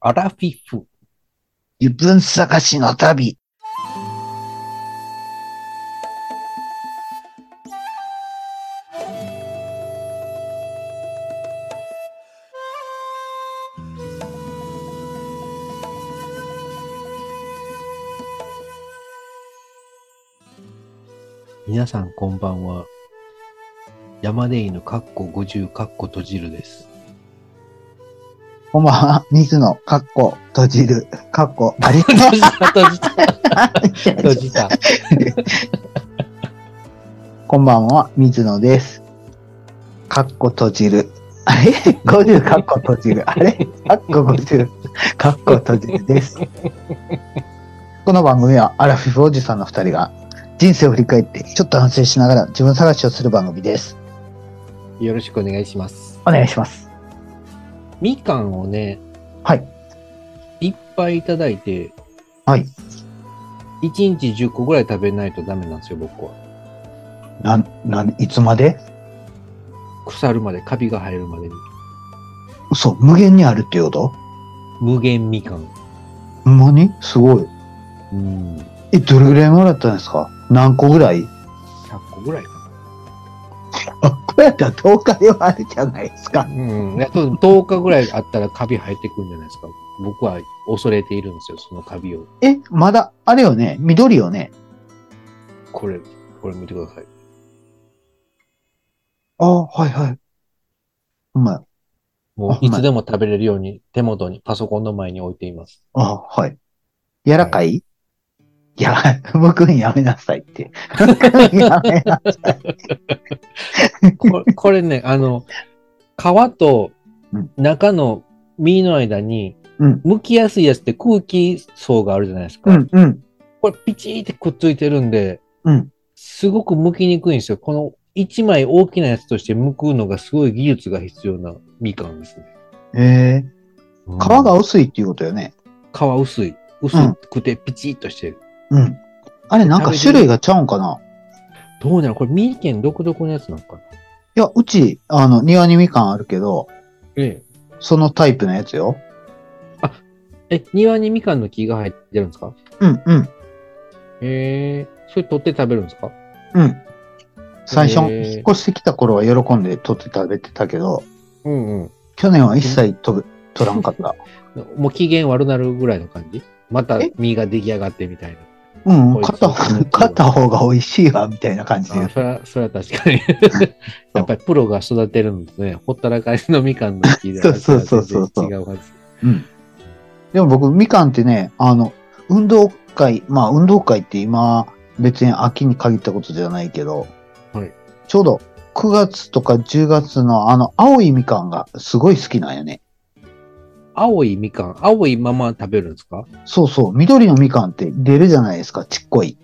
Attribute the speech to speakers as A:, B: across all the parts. A: アラフィフ。
B: 自分探しの旅。
A: 皆さんこんばんは。山で犬かっこ50かっこ閉じるです。
B: こんばんは、水野、かっこ、閉じる、かっこ、 ありが
A: 閉じた、閉じた、
B: と
A: 閉
B: う。
A: じた。
B: こんばんは、水野です。かっこ、閉じる。あれ ?50 かっこ、閉じる。あれかっこ50、かっこ、閉じるです。この番組は、アラフィフおじさんの二人が、人生を振り返って、ちょっと反省しながら自分探しをする番組です。
A: よろしくお願いします。
B: お願いします。
A: みかんをね、
B: はい。
A: いっぱいいただいて、
B: はい。
A: 1日10個ぐらい食べないとダメなんですよ、僕は。
B: なん、なん、いつまで
A: 腐るまで、カビが生えるまでに。
B: 嘘、無限にあるっていうこと
A: 無限みかん。
B: ほんまにすごい。
A: うん。
B: え、どれぐらいもらったんですか何個ぐらい
A: 100個ぐらいか
B: あ、こうやったら10日ではあるじゃないですか
A: な。。うん。あと10日ぐらいあったらカビ生えてくるんじゃないですか。僕は恐れているんですよ、そのカビを。
B: え、まだ、あれよね、緑よね。
A: これ、これ見てください。
B: あ、はいはい。ほんまや
A: も
B: あ
A: ういつでも食べれるように手元にパソコンの前に置いています。
B: あ、はい。柔らかい、い、や、 僕にやめなさいって。僕にやめなさい。
A: こ れこれね、あの、皮と
B: うん
A: 中の実の間に、
B: うん
A: 剥きやすいやつって空気層があるじゃないですか。
B: うん、うん、
A: これピチーってくっついてるんで、
B: うん。
A: すごく剥きにくいんですよ。この一枚大きなやつとして剥くのがすごい技術が必要なみかんですね。
B: えー、
A: うん
B: 皮が薄いっていうことよね。
A: 皮薄い。薄くてピチーっとしてる。
B: うん。あれ、なんか種類がちゃうんかな
A: どうなのこれ三重県独特のやつなのかない
B: や、うち、あの、庭にみかんあるけど、
A: え
B: そのタイプのやつよ。
A: え。え、庭にみかんの木が入ってるんですか
B: うん、うん、
A: ええそれ取って食べるんですか
B: うん。最初、
A: えー
B: 引っ越してきた頃は喜んで取って食べてたけど、
A: うんうん。
B: 去年は一切 取る取らんかった。
A: もう機嫌悪なるぐらいの感じまた
B: え
A: 実が出来上がってみたいな。
B: うん、う
A: こ
B: ん
A: いつ
B: 買った方買った方が美味しいわ、みたいな感じ
A: あ
B: で。
A: それは、それは確かに。やっぱりプロが育てるんですね。ほったらかしのみかんの木で。
B: そうそうそうそうそう
A: 味は全然違うはず。
B: うん。でも僕、みかんってね、あの、運動会、まあ運動会って今、別に秋に限ったことじゃないけど、
A: はい
B: ちょうど9月とか10月のあの青いみかんがすごい好きなんやね。
A: 青いみかん、青いまま食べるんですか
B: そうそう、緑のみかんって出るじゃないですか、ちっこい。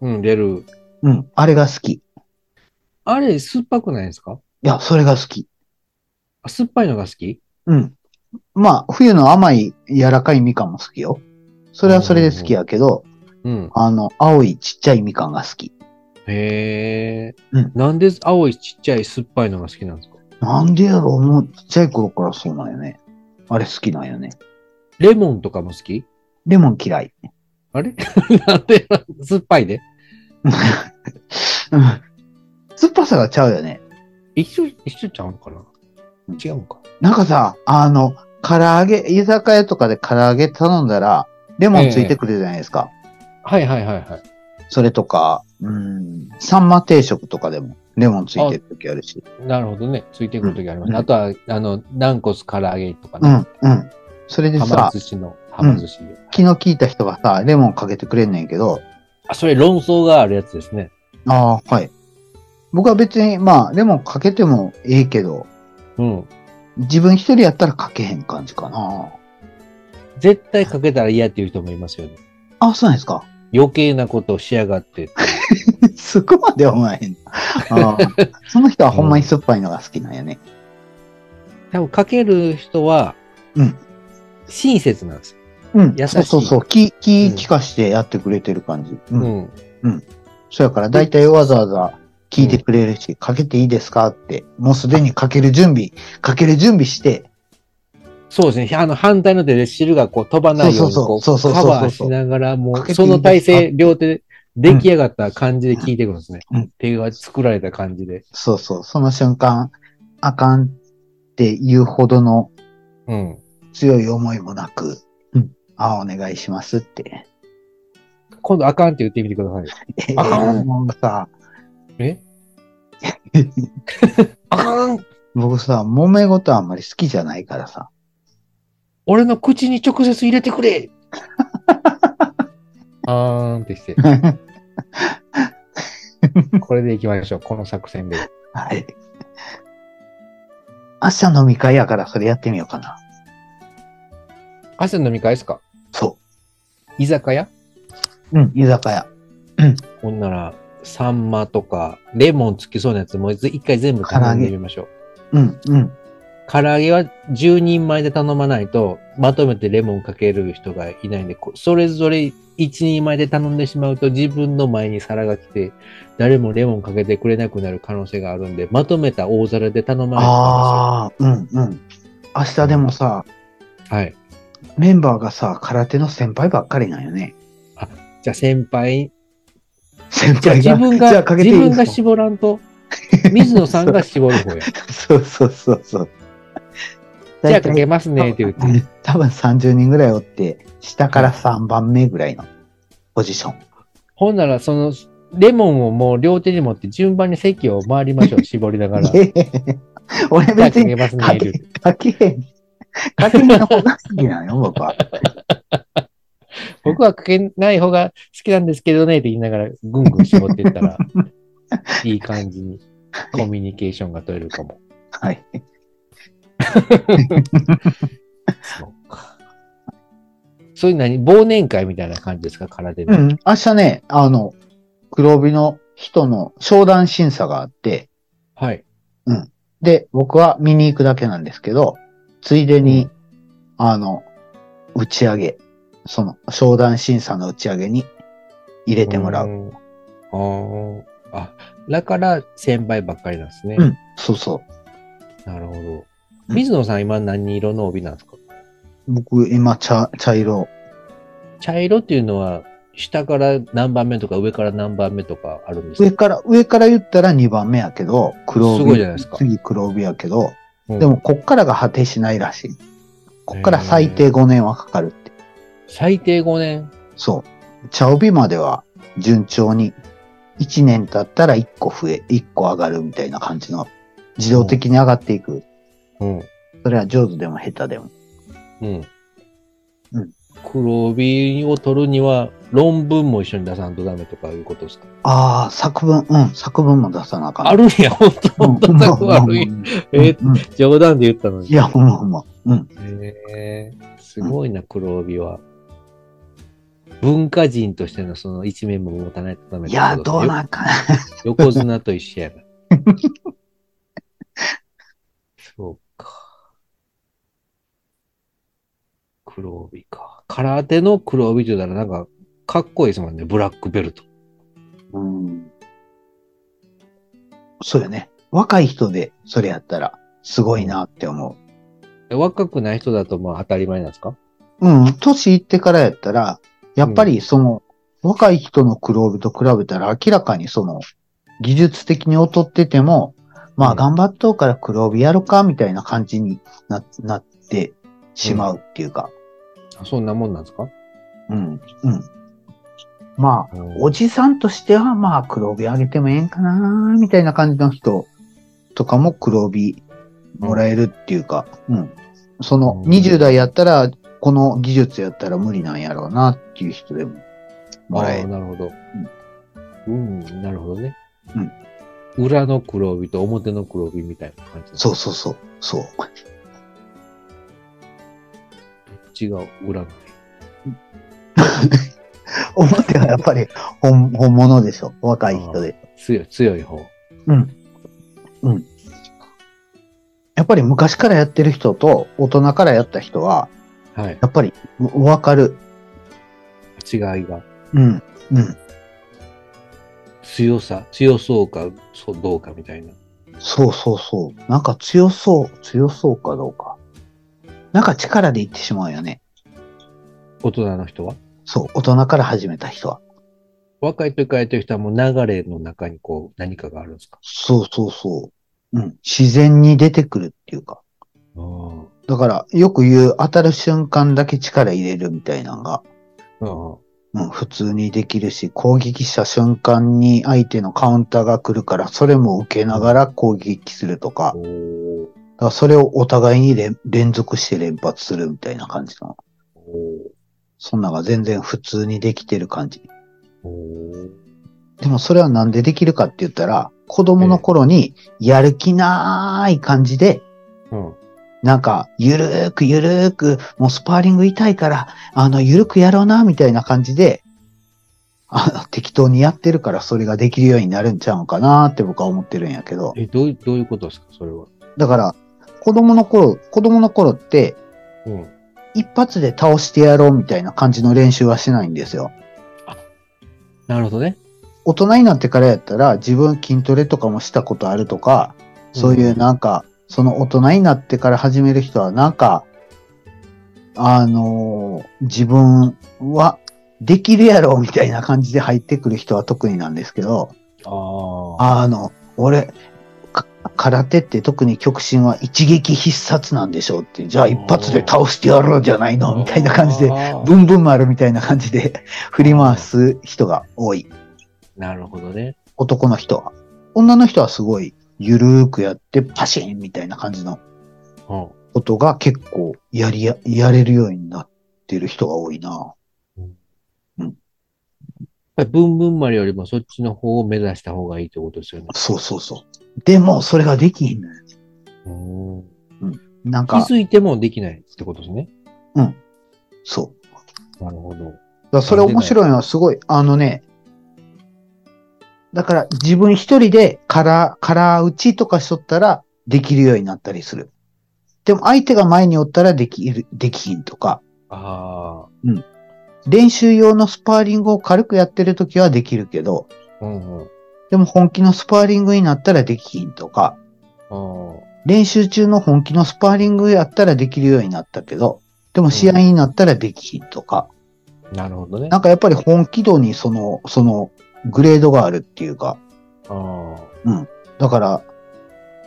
A: うん、出る。
B: うん、あれが好き。い
A: あれ、酸っぱくないですか
B: や、それが好き。
A: あ酸っぱいのが好き
B: うん。まあ、冬の甘い柔らかいみかんも好きよ。それはそれで好きやけど、
A: うん。
B: あの、青いちっちゃいみかんが好き。
A: へえ。
B: うん
A: なんで青いちっちゃい酸っぱいのが好きなんですか
B: なんでやろうもうちっちゃい頃からそうなんよね。あれ好きなんよね。
A: レモンとかも好き
B: レモン嫌い。
A: あれ なんで酸っぱいで
B: うん酸っぱさがちゃうよね。
A: 一緒、一緒ちゃうのかな
B: うん
A: 違うのか。
B: なんかさ、あの、唐揚げ、居酒屋とかで唐揚げ頼んだら、レモンついてくるじゃないですか。
A: はいはいはいはい。
B: それとか、うん、サンマ定食とかでも、レモンついてる時あるし。
A: なるほどね。ついてくるときあります、
B: うん
A: あとは、あの、軟骨唐揚げとか
B: う
A: ね。
B: ん、うん。それで
A: はま
B: さ、
A: 寿司の、はま寿司、
B: 気の利いた人がさ、レモンかけてくれんねんけど、
A: あ、それ論争があるやつですね。
B: ああ、はい。僕は別に、まあ、レモンかけてもええけど、
A: うん。
B: 自分一人やったら書けへん感じかな。
A: 絶対かけたら嫌っていう人もいますよね。
B: あ、そうなんですか。
A: 余計なことをしやがって。
B: そこまでは思わ へん。あーその人はほんまに酸っぱいのが好きなんやね。
A: 多分かける人は、
B: うん
A: 親切なんですよ。
B: うん。
A: 優しい
B: そうそうそう。気、気
A: うん
B: 聞かしてやってくれてる感じ。うん。
A: うん。
B: そうやから、だいたいわざわざ聞いてくれるし、かけていいですかって、もうすでにかける準備、かける準備して、
A: そうですね。あの、反対の手で汁がこう飛ばないように
B: そう
A: こ
B: そう
A: う、
B: そうそ
A: カ
B: うそうそう
A: バーしながら、も
B: かけていいで
A: う、そ
B: すか
A: の体勢、両手で出来上がった感じで聞いていくんですね。
B: うん
A: 手が作られた感じで。
B: そうそう、その瞬間、あかんって言うほどの
A: うん。
B: 強い思いもなく、うん、あ、お願いしますって。
A: 今度あかんって言ってみてください。 あかん
B: えーもうさ、
A: えあかん
B: 僕さ、揉め事あんまり好きじゃないからさ。
A: 俺の口に直接入れてく れあーんってして、これでいきましょう。この作戦で。
B: はい。朝飲み会やからそれやってみようかな。
A: 朝飲み会ですか
B: そ
A: 居酒屋
B: う。うん、居酒屋。
A: ほんなら、サンマとか、レモンつきそうなやつもう一回全部頼んでみましょう。
B: うん、うん。
A: 唐揚げは10人前で頼まないと、まとめてレモンかける人がいないんで、こそれぞれ1人前で頼んでしまうと自分の前に皿が来て、誰もレモンかけてくれなくなる可能性があるんで、まとめた大皿で頼まないと
B: ああ、うん、うん。明日でもさ、
A: ダメですよ。はい。
B: メンバーがさ、空手の先輩ばっかりなんよね。
A: じゃあ先輩、
B: 先
A: じゃあ
B: 輩
A: 自
B: が、
A: 分
B: じゃ
A: が
B: あ、かけてい
A: 自
B: い
A: 分
B: です
A: が
B: か
A: 絞らんと、水野さんが絞る方 や。
B: そうそうそうそう。
A: じゃ
B: 大
A: あか
B: 体
A: けますねって言って。
B: 多分30人ぐらいおって、下から3番目ぐらいのポジション。
A: ほんなら、その、レモンをもう両手に持って順番に席を回りましょう、絞りながら。
B: いやいやいや 俺
A: じゃあ
B: 別
A: か
B: に
A: けますね
B: か
A: って言
B: け
A: って。
B: かけへん。かけへんの方が好きなの よ、僕は。
A: 僕はかけない方が好きなんですけどねって言いながら、ぐんぐん絞っていった ら、いい感じにコミュニケーションが取れるかも。
B: はい。
A: そうか。そういう何忘年会みたいな感じですか空手
B: う
A: の。
B: ん。明日ね、あの、黒帯の人の商談審査があって、
A: はい。
B: で、僕は見に行くだけなんですけど、ついでに、あの、打ち上げ、その、商談審査の打ち上げに入れてもらう。
A: んあーあ。だから先輩ばっかりなんですね。
B: うん、そうそう。
A: なるほど。
B: うん
A: 水野さん今何色の帯なんですか
B: 僕、今、茶、茶色。
A: 茶色っていうのは、下から何番目とか上から何番目とかあるんです
B: 上
A: か
B: から、上から言ったら2番目やけど、黒帯。
A: すごいじゃないですか
B: 次黒帯やけど、
A: うん
B: でも、こっからが果てしないらしい。こっから最低5年はかかるって。
A: 最低5年。
B: そう。茶帯までは順調に、1年経ったら1個増え、1個上がるみたいな感じの、自動的に上がっていく。
A: うん。
B: それは上手でも下手でも。
A: うん。
B: うん
A: 黒帯を取るには論文も一緒に出さんとダメとかいうことですか
B: ああ、作文、うん、作文も出さなあかん。
A: ある
B: る
A: んや、本当本当だ、悪い。えー
B: うん、い
A: 冗談で言ったのに。
B: や、ほんまほんま。うん。
A: へーすごいな、黒帯は。文化人としてのその一面も持たないとダメっ
B: い
A: てこと
B: や、どうなんかな。
A: よ横綱と一緒 やな。そうか。黒帯か。空手の黒帯って言ったらなんか、かっこいいですもんね。ブラックベルト。
B: うんそうよね。若い人でそれやったらすごいなって思
A: え若くない人だとまあ当たり前なんですか
B: う。うん。年いってからやったら、やっぱりその、若い人の黒帯と比べたら明らかにその、技術的に劣ってても、ま
A: う
B: あ
A: ん
B: 頑張っとうから黒帯やるかみたいな感じにななってしまうっていうか、
A: あそんなもんなんですか
B: うん、うん。まあ、
A: うん
B: おじさんとしては、まあ、黒帯あげてもええんかな、みたいな感じの人とかも黒帯もらえるっていうか、うん。その、
A: うん
B: 20代やったら、この技術やったら無理なんやろうなっていう人でももら
A: あ
B: え
A: あ、
B: る。
A: なるほど。うん、なるほどね。
B: うん
A: 裏の黒帯と表の黒帯みたいな感じ。
B: そうそうそう。そう。
A: 違う、裏の。
B: 表はやっぱり本本物でしょ。若い人で。
A: 強い、強い方。
B: うん。うん。やっぱり昔からやってる人と大人からやった人は、
A: はい。
B: やっぱりわかる。
A: 違いが。
B: うん。うん。
A: 強さ、強そうか、そうどうかみたいな。
B: そうそうそう。なんか強そう、強そうかどうか。なんか力で言ってしまうよね。
A: 大人の人は。
B: そう、大人から始めた人は。
A: 若い時からやってる人はもう流れの中にこう何かがあるんですか
B: そうそうそう。うん。自然に出てくるっていうか。
A: あー
B: だから、よく言う、当たる瞬間だけ力入れるみたいなのが、
A: あー。
B: うん、普通にできるし、攻撃した瞬間に相手のカウンターが来るから、それも受けながら攻撃するとか、だ
A: おー
B: からそれをお互いに連連続して連発するみたいな感じの。
A: お
B: そんなんが全然普通にできてる感じ。
A: ーおー
B: でもそれはなんでできるかって言ったら、子供の頃にやる気ない感じで、
A: うん。
B: なんか、ゆるーくゆるーく、もうスパーリング痛いから、あの、ゆるくやろうな、みたいな感じで、あの、適当にやってるからそれができるようになるんちゃうんかなって僕は思ってるんやけど。
A: え、どういどういうことですかそれは。
B: だから、子供の頃、子供の頃って、
A: うん。
B: 一発で倒してやろうみたいな感じの練習はしないんですよ。
A: なるほどね。
B: 大人になってからやったら、自分筋トレとかもしたことあるとか、そういうなんか、その大人になってから始める人はなんか、あのー自分はできるやろみたいな感じで入ってくる人は特になんですけど、
A: あーあ。
B: あの、俺、か空手って特に極真は一撃必殺なんでしょうって、じゃあ一発で倒してやろうじゃないのみたいな感じで、ブンブン丸みたいな感じで振り回す人が多い。
A: なるほどね。
B: 男の人は。女の人はすごいゆるーくやってパシーンみたいな感じの
A: うん。
B: ことが結構やりや、やれるようになってる人が多いな。
A: やっぱりブンブン丸よりもそっちの方を目指した方がいいってことですよね。
B: そうそうそう。でも、それができひんのよ。
A: うん
B: なん
A: 気
B: か、
A: づいてもできないってことですね。
B: そう。
A: なるほど。
B: だからそれ面白いのはすごい、あのね、だから自分一人で空、空打ちとかしとったらできるようになったりする。でも相手が前におったらできる、できひんとか、
A: あ
B: 練習用のスパーリングを軽くやってるときはできるけど、
A: あ。うんうん。
B: でも本気のスパーリングになったらできひんとか、
A: あー
B: 練習中の本気のスパーリングやったらできるようになったけど、でも試合になったらできひんとか、
A: なるほどね。
B: なんかやっぱり本気度にその、その、グレードがあるっていうか、
A: ああ。
B: だから、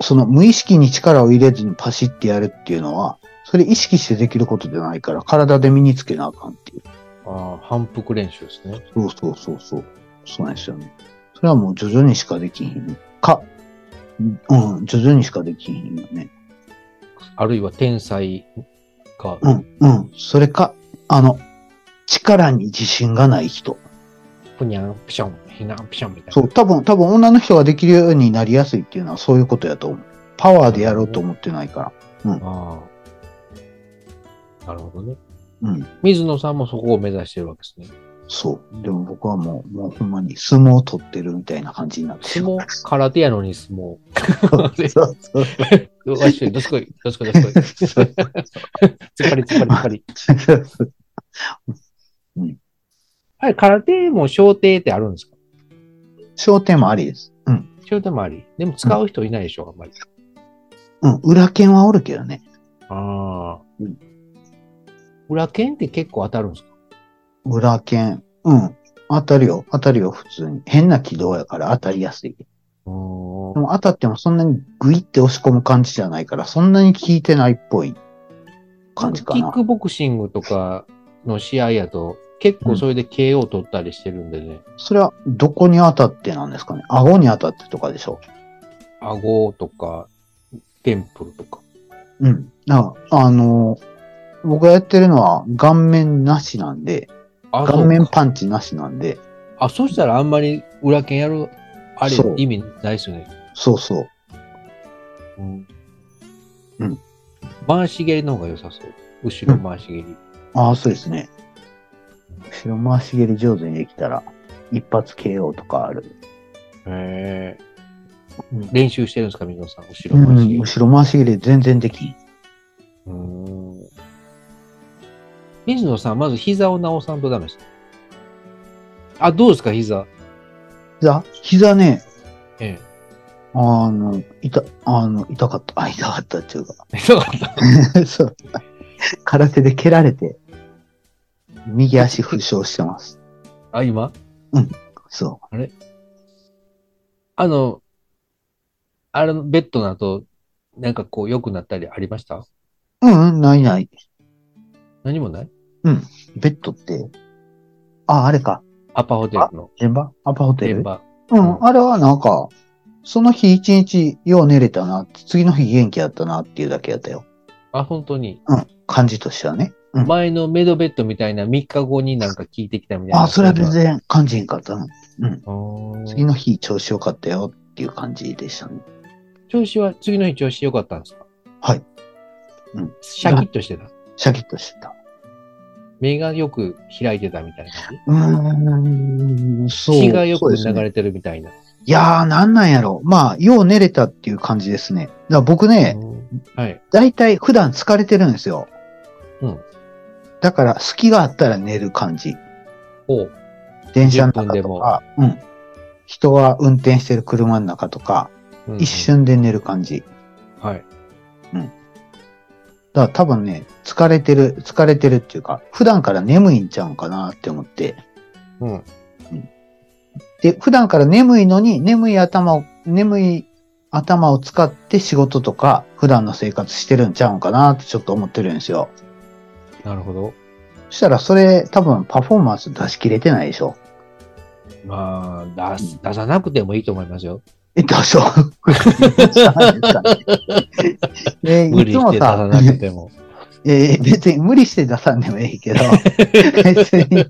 B: その無意識に力を入れずにパシってやるっていうのは、それ意識してできることじゃないから、体で身につけなあかんっていう。
A: ああ、反復練習ですね。
B: そうそうそうそう。そうなんですよね。それはもう徐々にしかできひんか、うん、徐々にしかできひんよね。
A: あるいは天才か。
B: うん、うん。それか、あの、力に自信がない人。
A: ぷにゃん、ぷしょん、ひな、ぷしょんみたいな。
B: そう、多分、多分女の人ができるようになりやすいっていうのはそういうことやと思う。パワーでやろうと思ってないから。
A: ああ。なるほどね。
B: うん、
A: 水野さんもそこを目指してるわけですね。
B: そう。でも僕はもう、もうほんまに相撲を取ってるみたいな感じになって
A: 相
B: る。
A: 撲、空手やのに相撲。
B: そうそう
A: わっしょい、どすこい、どすこい、どすこい。
B: そ
A: つ
B: う
A: っぱりつっぱりつっぱり。
B: そうそう。
A: あれ、空手も小手ってあるんですか
B: 焦点もありです。うん。
A: 小手もあり。でも使う人いないでしょ、あんまり。
B: うん。裏剣はおるけどね。
A: ああ
B: うん。
A: 裏剣って結構当たるんですか
B: 裏剣。うん。当たるよ。当たるよ、普通に。変な軌道やから当たりやすい。
A: うーん
B: でも当たってもそんなにグイって押し込む感じじゃないから、そんなに効いてないっぽい感じか
A: キッ
B: な。
A: クボクシングとかの試合やと、結構それで KO 取ったりしてるんでね、
B: それはどこに当たってなんですかね顎に当たってとかでしょ
A: 顎とか、テンプルとか。
B: うん。だからあのー僕がやってるのは顔面なしなんで、
A: あ
B: 顔
A: そ
B: 面
A: うか
B: パンチなしなんで、
A: あ、そしたらあんまり裏剣やる、あれ
B: そう
A: 意味ないですよね。
B: そうそう。
A: うん。
B: うん
A: 回し蹴りの方が良さそう。後ろ回し蹴り。
B: ああ、そうですね。後ろ回し蹴り上手にできたら、一発 KO とかある。
A: へえ
B: うん。
A: 練習してるんですか、水野さん。後
B: う
A: ろ回し蹴
B: ん、
A: り。
B: 後ろ回し蹴り全然できん。
A: うーん水野さん、まず膝を直さんとダメです。あ、どうですか、膝。
B: 膝膝ね、
A: ええ。
B: あの、痛、あの、痛かった。あ、痛かったっていうか。
A: 痛かった。
B: そう。空手で蹴られて、右足負傷してます。
A: あ、今
B: そ
A: あの、あれのベッドの後、なんかこう良くなったりありました
B: う。うん、うん、ないない。
A: 何もない
B: ベッドって、あ、あれか。
A: アパホテルの
B: 現場アパホテ
A: 現
B: ル
A: 場。
B: うん、あれはなんか、その日一日よう寝れたなって、次の日元気やったなっていうだけやったよ。
A: あ、本当に。
B: 感じとしてはね。うん
A: 前のメドベッドみたいな3日後になんか聞いてきたみたいな。
B: あ、それは全然感じへんかったな。
A: あ
B: 次
A: ー。
B: の日調子良かったよっていう感じでしたね。
A: 調子は、次の日調子良かったんですか
B: はい。うん。
A: シャキッとしてた。
B: シャキッとしてた。
A: 目がよく開いてたみたいな感じ。
B: うーん、そう。
A: 血がよ
B: そう
A: く
B: です
A: 流
B: ね
A: れてるみたいな。
B: いやー、なんなんやろ。まあ、よう寝れたっていう感じですね。だから僕ね、
A: うんはい。
B: 大体普段疲れてるんですよ。
A: うん。
B: だから、隙があったら寝る感じ。
A: おう
B: 電車の中
A: 10分で
B: と
A: も
B: か、うん。人が運転してる車の中とか、
A: うん
B: 一。瞬で寝る感じ。
A: はい。
B: だから多分ね、疲れてる、疲れてるっていうか、普段から眠いんちゃうんかなって思って。
A: うん。
B: で、普段から眠いのに、眠い頭を、眠い頭を使って仕事とか、普段の生活してるんちゃうんかなってちょっと思ってるんですよ。
A: なるほど。
B: そしたらそれ多分パフォーマンス出し切れてないでしょ。
A: まあ、出す、出さなくてもいいと思いますよ。
B: え、出 そう。え
A: 無
B: い
A: 理
B: つ
A: し
B: も
A: て出さ
B: さ
A: な、くて も。
B: えー別に無理して出さんでもええ けど、別に、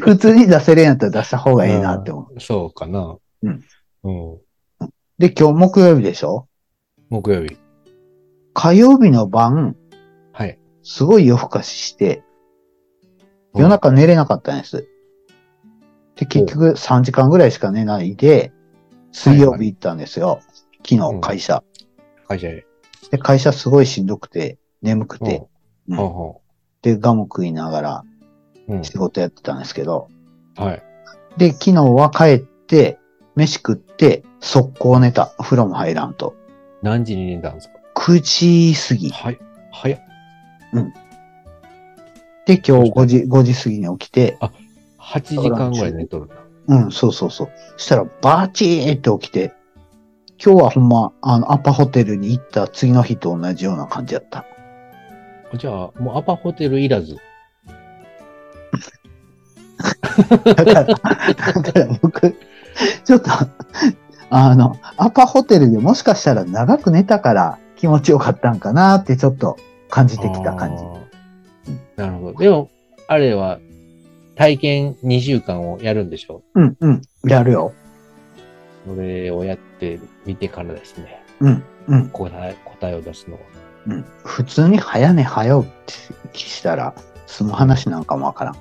B: 普通に出せるんやったら出した方がええなって思う。
A: そうかな。
B: うん。
A: うん。
B: で、今日木曜日でしょ
A: 木曜日。
B: 火曜日の晩、
A: はい。
B: すごい夜更かしして、夜中寝れなかったんです。で、結局3時間ぐらいしか寝ないで、水曜日行ったんですよ。昨
A: う
B: 日、
A: ん
B: 会社。
A: 会社へ。
B: で、会社すごいしんどくて、眠くて、
A: うん。
B: うん
A: ほ
B: で、ガム食いながら
A: うほううん
B: 仕事やってたんですけど、
A: はい。
B: で、昨日は帰って、飯食って、速攻寝た。風呂も入らんと。
A: 何時に寝たんですか
B: 9時過ぎ。
A: はい。早っ。
B: で、今日5時、5時過ぎに起きて、
A: 8時間ぐらい寝とるな。
B: うん、そうそうそう。したら、バチーって起きて、今日はほんま、あの、アパホテルに行った次の日と同じような感じだった。
A: じゃあ、もうアパホテルいらず。
B: だから、だから僕、ちょっと、あの、アパホテルでもしかしたら長く寝たから気持ちよかったんかなってちょっと感じてきた感じ。
A: じ。なるほど。でも、あれは、体験2週間をやるんでしょ
B: うん、うん、やるよ。
A: それをやってみてからですね。
B: うん、うん、
A: 答え、答えを出すのは。
B: うん。普通に早寝早起きしたら、その話なんかもわからん。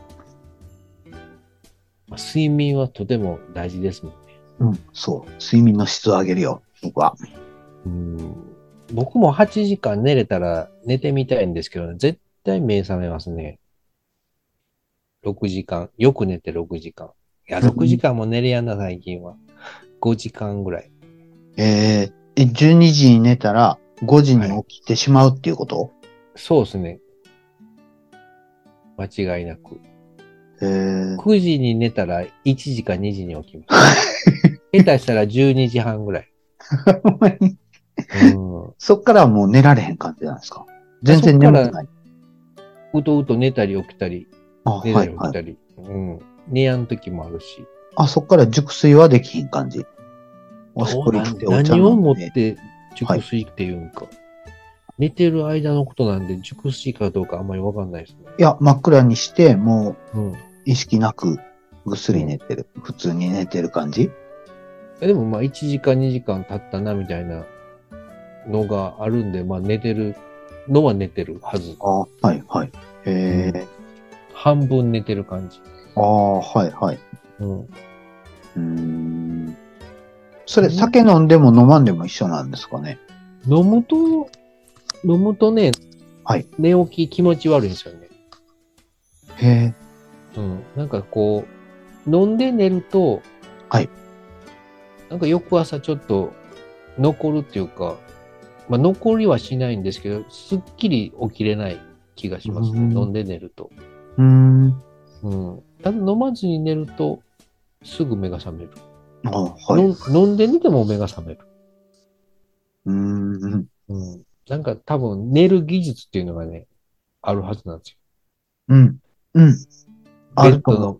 A: まあ睡眠はとても大事ですもんね。
B: うん、そう。睡眠の質を上げるよ、僕は。
A: うん僕も8時間寝れたら寝てみたいんですけどね、絶対目覚めますね。6時間。よく寝て6時間。いや、
B: うん
A: 6時間も寝れやんな、最近は。5時間ぐらい。
B: えー、え12時に寝たら5時に起きてしまうっていうこと、
A: そうですね。間違いなく。
B: えー、
A: 9時に寝たら1時か2時に起き ます。下手したら12時半ぐらい。
B: ほんまに
A: うん。
B: そっからはもう寝られへん感じなんですか全然眠くないう
A: とうと寝たり起きたり、
B: あ、
A: 寝
B: は
A: た
B: い
A: り起き
B: はい。
A: たり。うん。寝やん時もあるし。
B: あ、そっから熟睡はできひん感じ。おしっこりしてお茶
A: 何を
B: 飲
A: も
B: ん
A: っ
B: で。
A: て熟睡っていうんか、寝てる間のことなんで熟睡かどうかあんまりわかんないですね。
B: いや、真っ暗にして、も
A: うん、
B: う意識なくぐっすり寝てる。普通に寝てる感じ
A: えでもまあ1時間2時間経ったなみたいなのがあるんで、まあ寝てるのは寝てるはず。
B: あはいはい。へえ。
A: 半分寝てる感じ。
B: ああ、はいはい。
A: うん、
B: うーん。それ、酒飲んでも飲まんでも一緒なんですかね。
A: 飲むと、飲むとね、
B: はい
A: 寝起き気持ち悪いんですよね。
B: へえ。
A: うん、なんかこう、飲んで寝ると、
B: はい。
A: なんか翌朝ちょっと残るっていうか、まあ残りはしないんですけど、すっきり起きれない気がしますね。
B: うん
A: 飲んで寝ると。
B: うーん。
A: うん。ただ飲まずに寝ると、すぐ目が覚める。
B: あはい。う
A: の飲んで寝ても目が覚める。
B: ーん。
A: うん。なんか多分寝る技術っていうのがね、あるはずなんですよ。
B: うん。うん。あ
A: ベッ
B: るか
A: ド
B: も。
A: の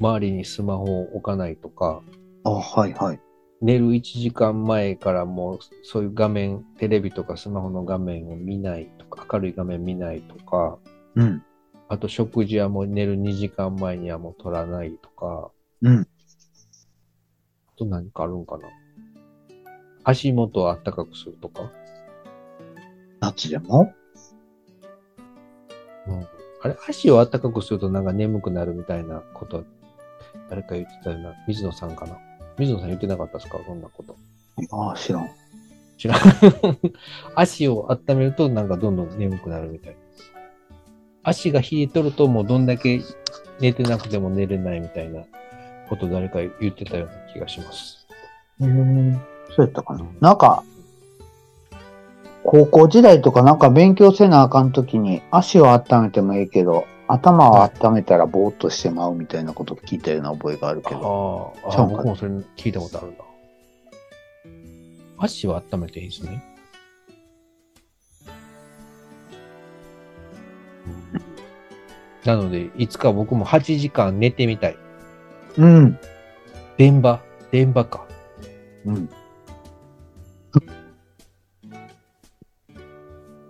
A: 周りにスマホを置かないとか、
B: あはいはい。
A: 寝る1時間前からもうそういう画面、テレビとかスマホの画面を見ないとか、明るい画面見ないとか、
B: うん。
A: あと食事はもう寝る2時間前にはもう取らないとか、
B: うん。
A: あと何かあるんかな。足元をあったかくするとか。
B: 夏でも
A: うん、あれ、足をあったかくするとなんか眠くなるみたいなこと、誰か言ってたような、水野さんかな。水野さん言ってなかったですかそんなこと。
B: ああ、知らん。
A: 知らん。 足を温めるとなんかどんどん眠くなるみたい。足が冷えとるともうどんだけ寝てなくても寝れないみたいなこと誰か言ってたような気がします。
B: へえ、そうやったかな。なんか、高校時代とかなんか勉強せなあかんときに足を温めてもええけど、頭を温めたらぼーっとしてまうみたいなこと聞いたような覚えがある
A: あ
B: けど。
A: ーあ
B: ちゃ
A: ー、
B: うんか
A: 僕もそれ聞いたことあるな。足は温めていいんですね。なので、いつか僕も8時間寝てみたい。
B: うん。
A: 電場、電場か。
B: うん。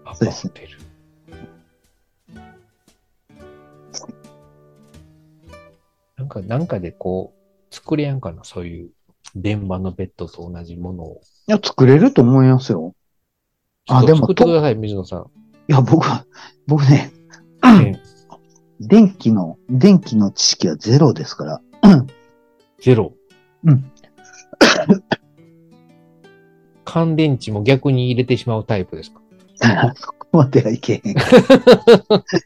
A: ア
B: そ
A: パ
B: うです
A: ホ
B: ね
A: テル。なんか、なんかでこう、作れやんかな、そういう、電話のベッドと同じものを。
B: いや、作れると思いますよ。あ
A: ちょっと
B: でも
A: 作ってください、水野さん。
B: いや、僕は、僕ね、
A: ええ
B: 電気の、電気の知識はゼロですから。
A: ゼロ。
B: うん。
A: 乾電池も逆に入れてしまうタイプですか
B: そこまではいけへん。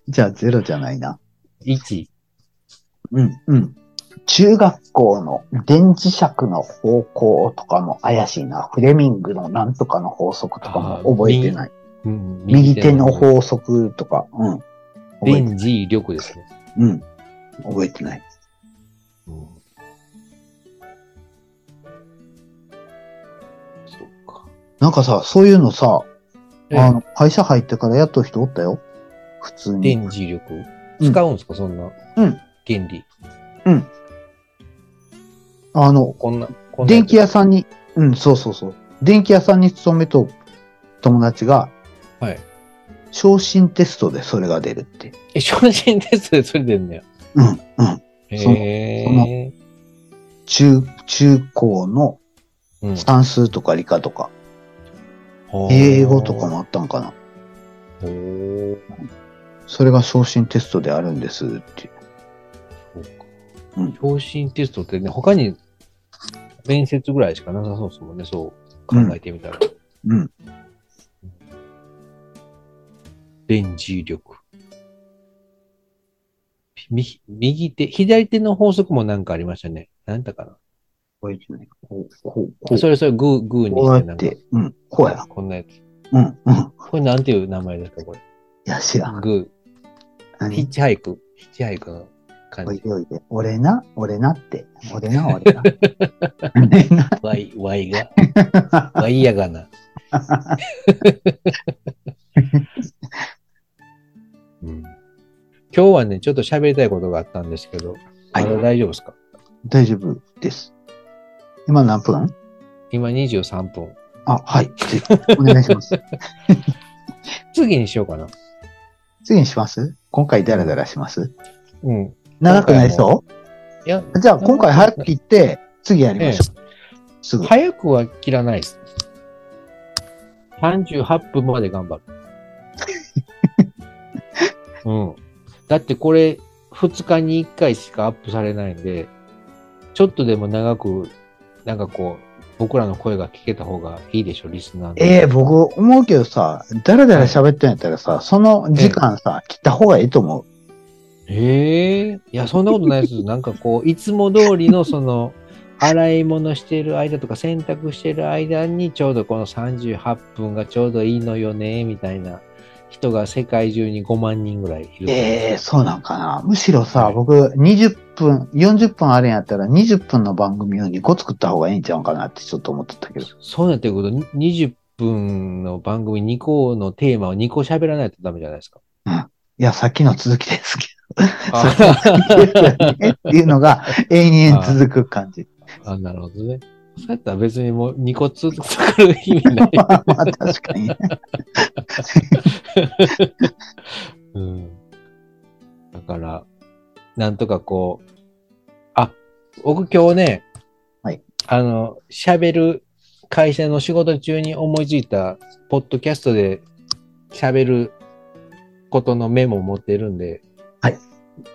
B: じゃあ、ゼロじゃないな。
A: ?1。
B: うん、うん。中学校の電磁石の方向とかも怪しいな。フレミングのなんとかの法則とかも覚えてない。
A: うん
B: 右手の法則とか、うん。覚え
A: 電
B: て
A: 磁力ですね。
B: うん。覚えてない。
A: そうか。
B: なんかさ、そういうのさ、
A: え
B: あの、会社入ってからやっとる人おったよ。普通に。
A: 電磁力
B: うん
A: 使うんですか、そんな。
B: うん
A: 原理。
B: あの、
A: こんな、こんな
B: 電気屋さんに、うん、そうそうそう。電気屋さんに勤めとる友達が、
A: はい。
B: 昇進テストでそれが出るって。
A: え、昇進テストでそれ出んねや。
B: うん、うん。その
A: へ
B: その
A: え。
B: 中、中高の
A: うん
B: 算数とか理科とか、英語とか。もあったんかな。
A: へえ。
B: それが昇進テストであるんですって。
A: そうか
B: うん。
A: 昇進テストってね、他に面接ぐらいしかなさそうですもんね、そう考えてみたら。
B: うん。
A: 電磁力。み右手、左手の法則もなんかありましたね。なんだか
B: こういうねこう、こう、こ
A: な。
B: う、
A: それそれグー、グーに
B: こう
A: し
B: や
A: てな
B: っ
A: んか
B: て、、うん、こうや。
A: こんなやつ。
B: うん、うん。い
A: これなんていう名前ですか、これ。
B: や、知らん。
A: グー。ヒッ
B: 何
A: チハイク。ヒッチハイクの感
B: おい
A: じ。
B: でおいで。俺な、俺なって。俺な、俺な。俺な。
A: ワイ、ワイ が。ワイやがな。うん今日はね、ちょっと喋りたいことがあったんですけど、ま
B: はい
A: だ大丈夫ですか
B: 大丈夫です。今何分
A: 今23分。
B: あ、はい。ぜひお願いし ます。
A: 次にしようかな。
B: 次にします今回ダラダラします
A: うん。
B: 長くなりそ
A: いや、
B: うじゃあ今回早く切って、次やりましょう。すぐ。
A: 早くは切らないです。38分まで頑 張る。うん。だってこれ、2日に1回しかアップされないんで、ちょっとでも長く、なんかこう、僕らの声が聞けた方がいいでしょ、リスナーの。
B: ええ僕思うけどさ、ダラダラ喋ってんやったらさ、その時間さ、切った方がいいと思う。
A: ええいや、そんなことないです。なんかこう、いつも通りのその、洗い物してる間とか洗濯してる間にちょうどこの38分がちょうどいいのよね、みたいな人が世界中に5万人ぐらいいるそう
B: ええ
A: で
B: ー、
A: す。
B: そうなんかな。むしろさ、
A: はい
B: 僕、20分、40分あるんやったら、20分の番組を2個作った方がいいんちゃうかなってちょっと思ってたけど。
A: そうなってくると、20分の番組2個のテーマを2個喋らないとダメじゃないですか。
B: いや、さっきの続きですけ
A: あ
B: ど、ですよねっていう のが、永遠に続く感じ。
A: あ、なるほどね。そうやったら別にもう2個続く意味ない。
B: まあまあ、確かにね。
A: うん。だから、なんとかこう、あ、僕今日ね、
B: はい。
A: あの、喋る会社の仕事中に思いついた、ポッドキャストで喋ることのメモを持ってるんで、
B: はい。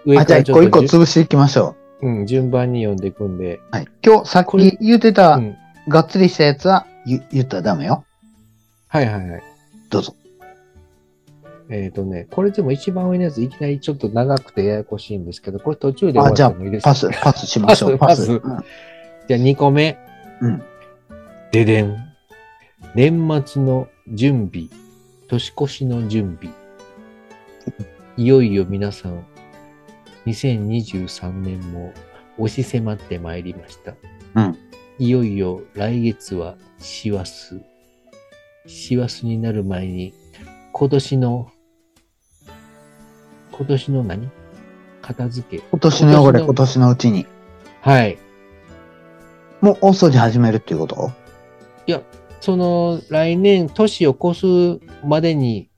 A: 上
B: あ、
A: か
B: じゃあ、
A: ら
B: 一
A: ち
B: 個
A: ょ
B: 一
A: っ
B: 個
A: とじゅ
B: 潰していきましょ
A: うん、順番に読んでいくんで、
B: う。はい。今日、さっ
A: これ
B: き言ってた、
A: うん。
B: がっつりしたやつは、ゆ言ったらダメよ。
A: はいはいはい。
B: どうぞ。
A: えっ、とね、これでも一番上のやつ、いきなりちょっと長くてややこしいんですけど、これ途中で終わってもいいですか
B: パス、パスしましょう。
A: パス
B: うん
A: じゃあ2個目。
B: うん。
A: ででん。年末の準備、年越しの準備。いよいよ皆さん、2023年も押し迫ってまいりました。
B: うん
A: いよいよ来月は師走。師走になる前に、今年の、今年の何片付け。
B: 今年の汚れ、
A: 今
B: 今
A: 年
B: 年のうちに。
A: はい。
B: もう、大掃除始めるっていうこと
A: その来年年を越すまでに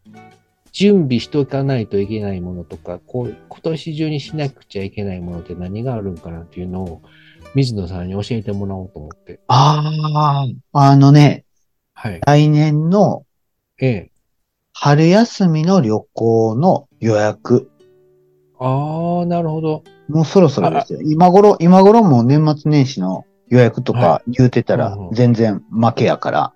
A: 準備しておかないといけないものとか、こう今年中にしなくちゃいけないものって何があるんかなっていうのを水野さんに教えてもらおうと思って。
B: ああ、あのね、
A: はい。
B: 来年の
A: ええ。
B: 春休みの旅行の予約。
A: ああ、なるほど。
B: もうそろそろですよ。今頃、今頃もう年末年始の予約とか
A: は
B: 言うてたら
A: うんうん
B: 全然負けやから。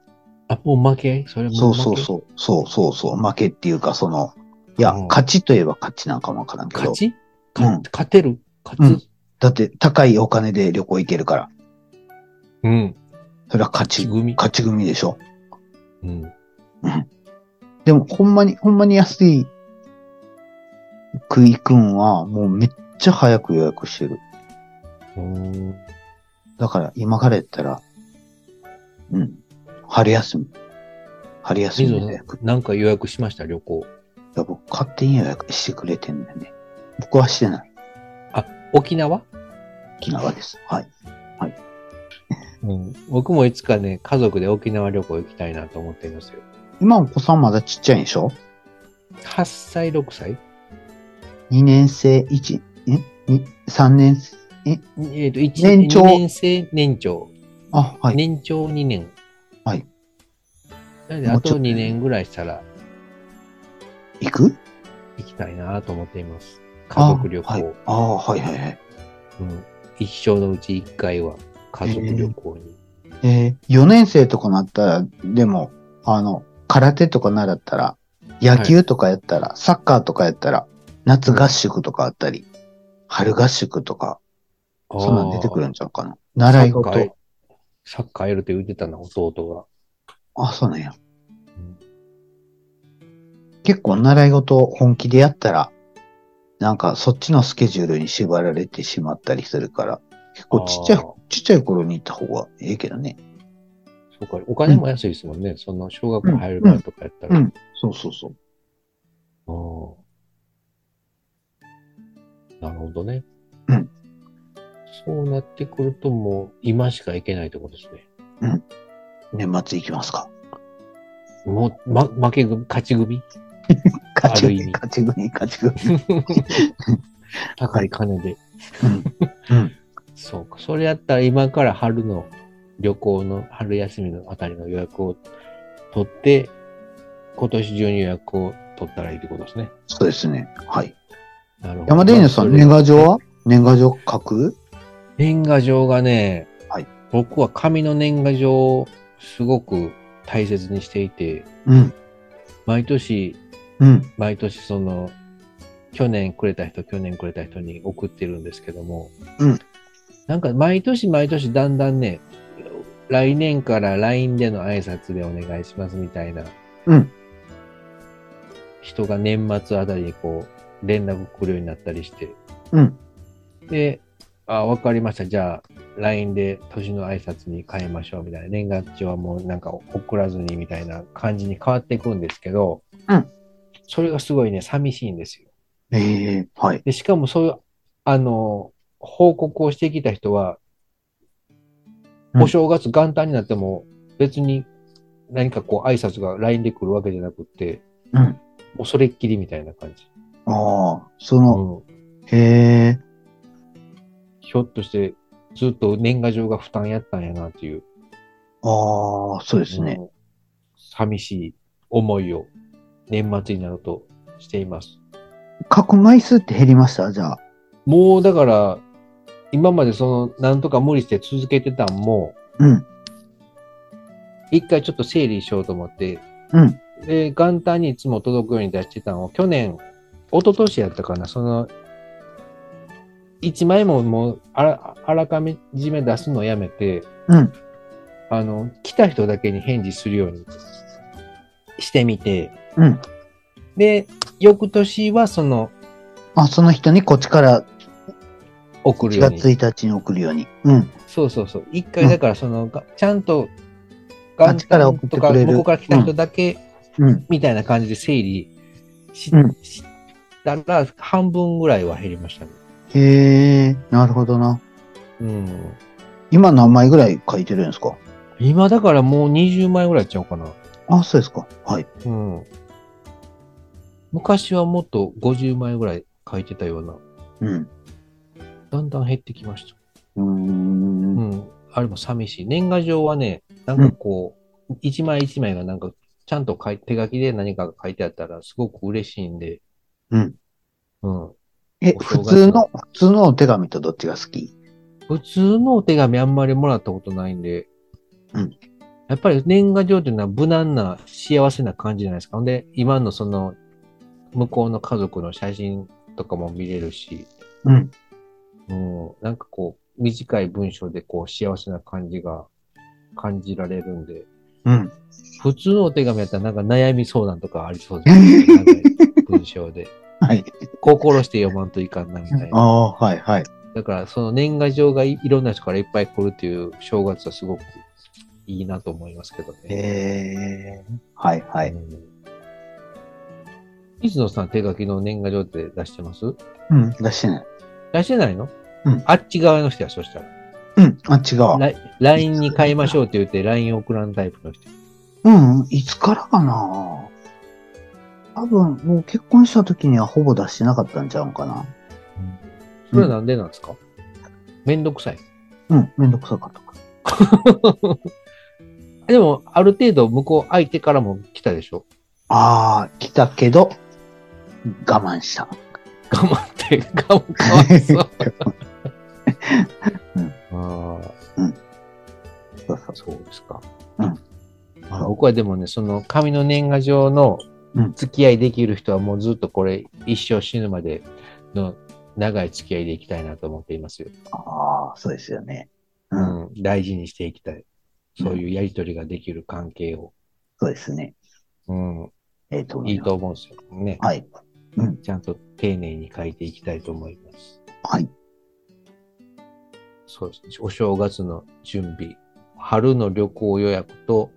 A: あ、もう負けそれも
B: そうそう
A: う。
B: そう。そうそうそう。負けっていうか、その、いや、
A: うん
B: 勝ちといえば勝ちなんかもわからんけど
A: 勝。ち、か
B: うん
A: 勝てる勝つ、
B: だって高いお金で旅行行けるから。
A: うん、
B: それは勝
A: 勝ち
B: ち、
A: 組。
B: 勝ち組でしょ。
A: うん。
B: でも、ほんまに、ほんまに安い食いくんは、もうめっちゃ早く予約してる。
A: うーん
B: だから、今からやったら、うん。春休み。春休
A: 水
B: みの
A: 野
B: 予
A: さ
B: 約。い
A: ん、なんか予約しました旅行。
B: や、僕、勝手に予約してくれてんだよね。僕はしてない。
A: あ、沖縄
B: 沖縄です。はい。
A: うん、僕もいつかね、家族で沖縄旅行行きたいなと思ってるんですよ。
B: 今、お子さんまだちっちゃいんでしょ
A: 8歳、6歳
B: ?2 年生1、え ?3 年生、え
A: えっ、と、一
B: 年長
A: 2年生、年長。
B: あ、はい。
A: 年長2年。
B: はい。
A: なので、
B: も
A: あ
B: うちょっ
A: と
B: と
A: 2年ぐらいしたら
B: 行く
A: 行きたいなと思っています。家族旅行。
B: あはい。ああ、はいはいはい。
A: うん、一生のうち1回は家族旅行に。
B: えー、4年生とかなったら、でも、あの、空手とか習ったら、野球とかやったら、サッカーとかやったら、夏合宿とかあったり、春合宿とか、
A: あー
B: そんなん出てくるんちゃうかな。習い
A: サッカー
B: 事。
A: サッカーやるって言ってたな、弟
B: あ、そうなんや。
A: が。うん
B: 結構習い事を本気でやったら、なんかそっちのスケジュールに縛られてしまったりするから、結構ちっちゃい
A: あー、
B: ちっちゃい頃に行った方がええけどね。
A: そうか、お金も安いですもんね。その小学校入る前とかやったら。
B: うんそうそうそ
A: あ
B: う。
A: ーなるほどね。
B: うん
A: そうなってくるともう今しか行けないってことですね。
B: 年末行きますか。
A: もう、ま、負け組、勝ち組
B: 勝ち
A: ある意
B: 組、
A: 味
B: 勝ち組、勝ち組。
A: 高い金で。
B: うんうん
A: そうか。それやったら今から春の旅行の、春休みのあたりの予約を取って、今年中に予約を取ったらいいってことですね。
B: そうですね。はい。
A: なるほど。
B: 山田
A: ま
B: 犬
A: あ
B: さ
A: そ
B: ん、
A: れ
B: 年賀状は年賀状書く
A: 年賀状がね、
B: はい
A: 僕は紙の年賀状をすごく大切にしていて、
B: うん。
A: 毎年、
B: うん。
A: 毎年その、去年くれた人、去年くれた人に送ってるんですけども、
B: うん
A: なんか毎年毎年だんだんね、来年から LINE での挨拶でお願いしますみたいな
B: うん。
A: 人が年末あたりにこう、連絡来るようになったりして。
B: うん。
A: で、あ、わかりました。じゃあ、LINE で年の挨拶に変えましょうみたいな。年月日はもうなんか送らずにみたいな感じに変わっていくんですけど、
B: うん。
A: それがすごいね、寂しいんですよ。
B: ええはい。
A: で、しかもそういう、あの、報告をしてきた人は、
B: うん
A: お正月元旦になっても、別に何かこう挨拶が LINE で来るわけじゃなくって、
B: うん。
A: もうそれっきりみたいな感じ。
B: ああ、その、
A: うん
B: へえ、
A: ひょっとして、ずっと年賀状が負担やったんやなっていう、
B: ああ、そうですね。
A: うん寂しい思いを年末になるとしています。
B: 書く枚数って減りましたじゃあ。
A: もうだから、今までその、なんとか無理して続けてたんも、
B: うん。
A: 一回ちょっと整理しようと思って、
B: うん。
A: で、元旦にいつも届くように出してたのを、去年、一昨年やったかな、その、一枚ももうあら、あらかじめ出すのをやめて、
B: うん。
A: あの、来た人だけに返事するようにしてみて、
B: うん。
A: で、翌年はその、
B: あ、その人にこっちから
A: 送る
B: 4
A: ように
B: 月。1日に送るように。うん。
A: そうそうそう。一回だからその、がちゃんと、
B: あっちから送
A: 元旦
B: って
A: とか、
B: くれる
A: 向こうから来た人だけ、
B: うん。
A: みたいな感じで整理し,、
B: うん
A: したら、半分ぐらいは減りましたね。
B: へえ、なるほどな。
A: うん。
B: 今何枚ぐらい書いてるんですか
A: 今だからもう20枚ぐらいちゃうかな。
B: あ、そうですか。はい。
A: うん。昔はもっと50枚ぐらい書いてたような。
B: うん。
A: だんだん減ってきました。
B: うーん。
A: う
B: うん
A: ん。あれも寂しい。年賀状はね、なんかこう、一枚一枚がなんか、ちゃんと書い手書きで何かが書いてあったら、すごく嬉しいんで。
B: うん。
A: うん。
B: え、
A: お正
B: 普
A: 月
B: 通の、普通のお手紙とどっちが好き
A: 普通のお手紙あんまりもらったことないんで、
B: うん
A: やっぱり年賀状というのは無難な幸せな感じじゃないですか。ほんで、今のその、向こうの家族の写真とかも見れるし、
B: うん。
A: もうなんかこう、短い文章でこう、幸せな感じが感じられるんで、
B: うん。
A: 普通のお手紙やったらなんか悩み相談とかありそう ですね。長い文章で。
B: はい。
A: 心して読まんといかんなみたい
B: あ
A: な。
B: あ、はい、はい。
A: だから、その年賀状がいいろんな人からいっぱい来るっていう正月はすごくいいなと思いますけどね。
B: へえ、はい、は
A: う
B: い。
A: ん水野さん手書きの年賀状って出してます
B: うん。出してない。
A: 出してないの
B: うん
A: あっち側の人や、そしたら。
B: うん。あ、違うわ。
A: ライ LINE に変えましょうって言って LINE 送らんタイプの人。
B: うん、いつからかな多分、もう結婚した時にはほぼ出してなかったんちゃうんかな。
A: それはなんでなんですか、めんどくさい。
B: うん、めんどくさかったから。
A: でも、ある程度向こう相手からも来たでしょ
B: あー、来たけど、我慢した。
A: 我慢って、我 慢かわいそう。ああ。
B: そうそう
A: そうですか。
B: うん
A: まあ僕はでもね、その紙の年賀状の
B: うん
A: 付き合いできる人はもうずっとこれ一生死ぬまでの長い付き合いでいきたいなと思っていますよ。
B: あー、そうですよね。うん、
A: うん大事にしていきたい。そういうやりとりができる関係を。
B: そうですね。
A: うん、
B: ええと思
A: い
B: い
A: い
B: ます。
A: と思うんですよね。
B: はい。うん、
A: ちゃんと丁寧に書いていきたいと思います。
B: はい。
A: そうですね。お正月の準備、春の旅行予約と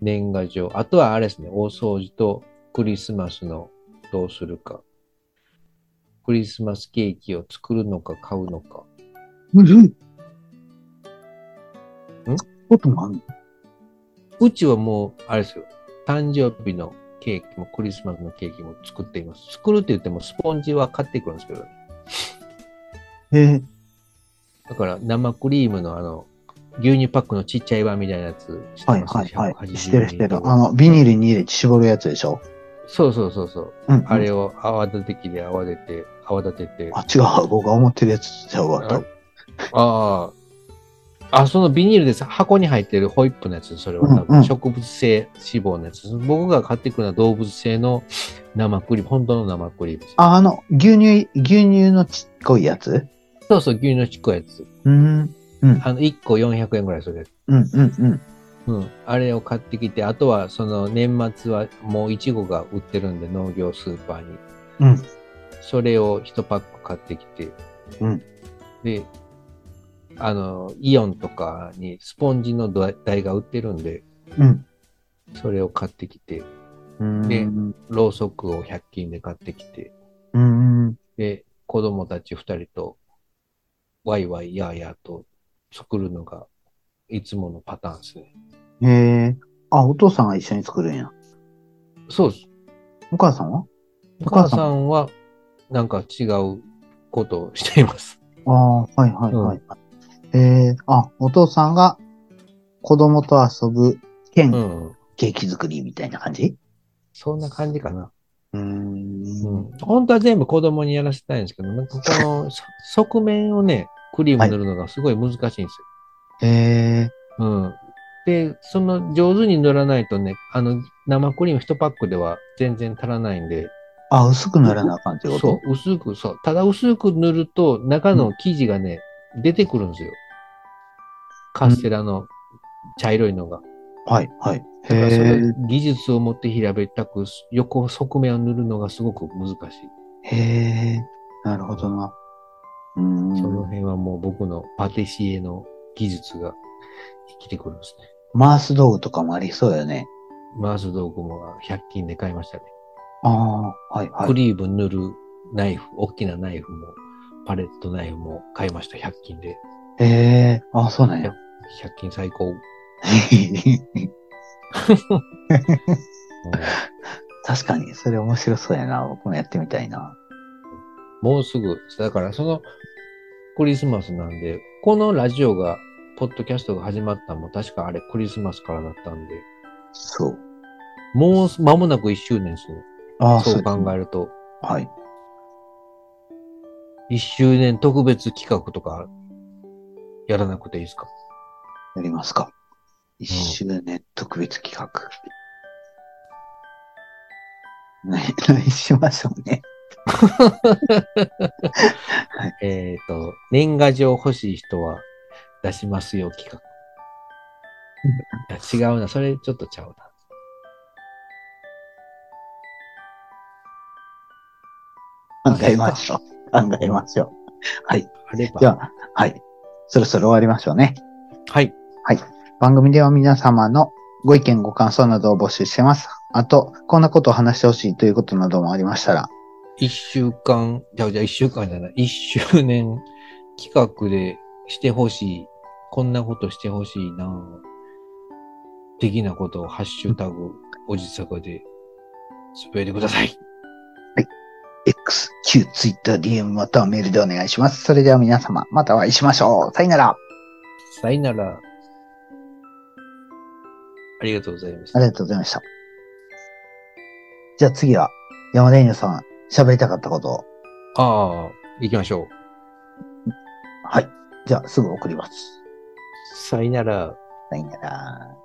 A: 年賀状、あとはあれですね、大掃除とクリスマスのどうするか。クリスマスケーキを作るのか買うのか。
B: むずい。
A: ん
B: こともあんの
A: うちはもう、あれですよ、誕生日のケーキもクリスマスのケーキも作っています。作るって言ってもスポンジは買ってくるんですけど、
B: えー、
A: だから生クリームのあの、牛乳パックのちっちゃい版みたいなやつ知って
B: はい、
A: ます、
B: はい、はい。
A: 180
B: してる、して
A: ミリ
B: る。
A: とか
B: あの、ビニールに入れて絞るやつでしょ。
A: そうそうそうそう。
B: うん。
A: あれを泡立て器で泡立てて、泡立てて。
B: あ、違う。僕が思ってるやつちゃうわ。多分
A: ああ。あ、そのビニールでさ箱に入ってるホイップのやつ、それは多
B: うんう
A: 分
B: ん
A: 植物性脂肪のやつ。僕が買ってくるのは動物性の生クリーム、本当の生クリームです。
B: あ、あの、牛乳、牛乳のちっこいやつ
A: そうそう、牛乳のちっこいやつ。
B: うん。
A: あの、1個400円ぐらいするやつ。
B: うん、うん、うん。
A: うん、あれを買ってきて、あとはその年末はもういちごが売ってるんで農業スーパーに。
B: うん。
A: それを1パック買ってきて。
B: うん
A: で、あの、イオンとかにスポンジの土台が売ってるんで、
B: うん。
A: それを買ってきて、
B: うん。
A: で
B: うん
A: ろうそくを100均で買ってきて、
B: うん。
A: で、子供たち2人と、ワイワイヤーヤーと作るのが、いつものパターンですね。
B: へえ。あ、お父さんが一緒に作るんや。
A: そうです。
B: お母さんは
A: お母さんは、なんか違うことをしています。
B: ああ、はいはいはい。ええあ、お父さんが子供と遊ぶ
A: う
B: 兼
A: ん。
B: ケーキ作りみたいな感じ
A: そんな感じかな。
B: うー。
A: うんん。本当は全部子供にやらせたいんですけど、なんかこのそ側面をね、クリーム塗るのがすごい難しいんですよ。
B: へえ。
A: うん。で、その上手に塗らないとね、あの、生クリーム1パックでは全然足らないんで、
B: あ、薄くならなあかんってこと
A: そう、薄く、そう。ただ薄く塗ると、中の生地がね、出てくるんですよ。カステラの茶色いのが。
B: はいはい。へ
A: だからそれ
B: え。
A: 技術を持って平べったく、横側面を塗るのがすごく難しい。
B: へえ。なるほどな。うー
A: その
B: ん。
A: 辺はもう僕のパティシエの技術が生きてくるんですね。
B: マース道具とかもありそうよね。
A: マース道具も100均で買いましたね。
B: ああ、はいは
A: ク
B: い。
A: リーム塗るナイフ、大きなナイフも、パレットナイフも買いました、100均で。
B: へえ。あ、そうなんや。
A: 100均最高。うん
B: 確かに、それ面白そうやな。僕もやってみたいな。
A: もうす ぐ、だからそのクリスマスなんで、このラジオが、ポッドキャストが始まったのも確かあれクリスマスからだったんで、
B: そう。
A: もう間もなく1周年ですね。
B: ああ、
A: そう考
B: え
A: えると、
B: はい。
A: 1周年特別企画とか、やらなくていいですか
B: やりますか。一周年特別企画。 何、何しましょうね。
A: えっ、と、年賀状欲しい人は出しますよ企画。いや違うな、それちょっとちゃうな。
B: 考えましょう。考えましょう。はい。
A: あれ
B: じゃ
A: ば。
B: あ、はい。そろそろ終わりましょうね。
A: はい。
B: 番組では皆様のご意見、ご感想などを募集してます。あと、こんなことを話してほしいということなどもありましたら、
A: 一週間、じゃあ、じゃあ一週間じゃない、一周年企画でしてほしい。こんなことしてほしいな的なことをハッシュタグ、おじさかで、つぶやいてください。
B: X、Q、Twitter、DM またはメールでお願いします。それでは皆様、またお会いしましょう。さよなら。あ
A: さよなら。ありがとうございました
B: り。がとうございました。じゃあ次は、山田犬さん、喋りたかったことを。
A: ああ、行きましょう。
B: はい。じゃあすぐ送ります。
A: さよなら。
B: さよなら。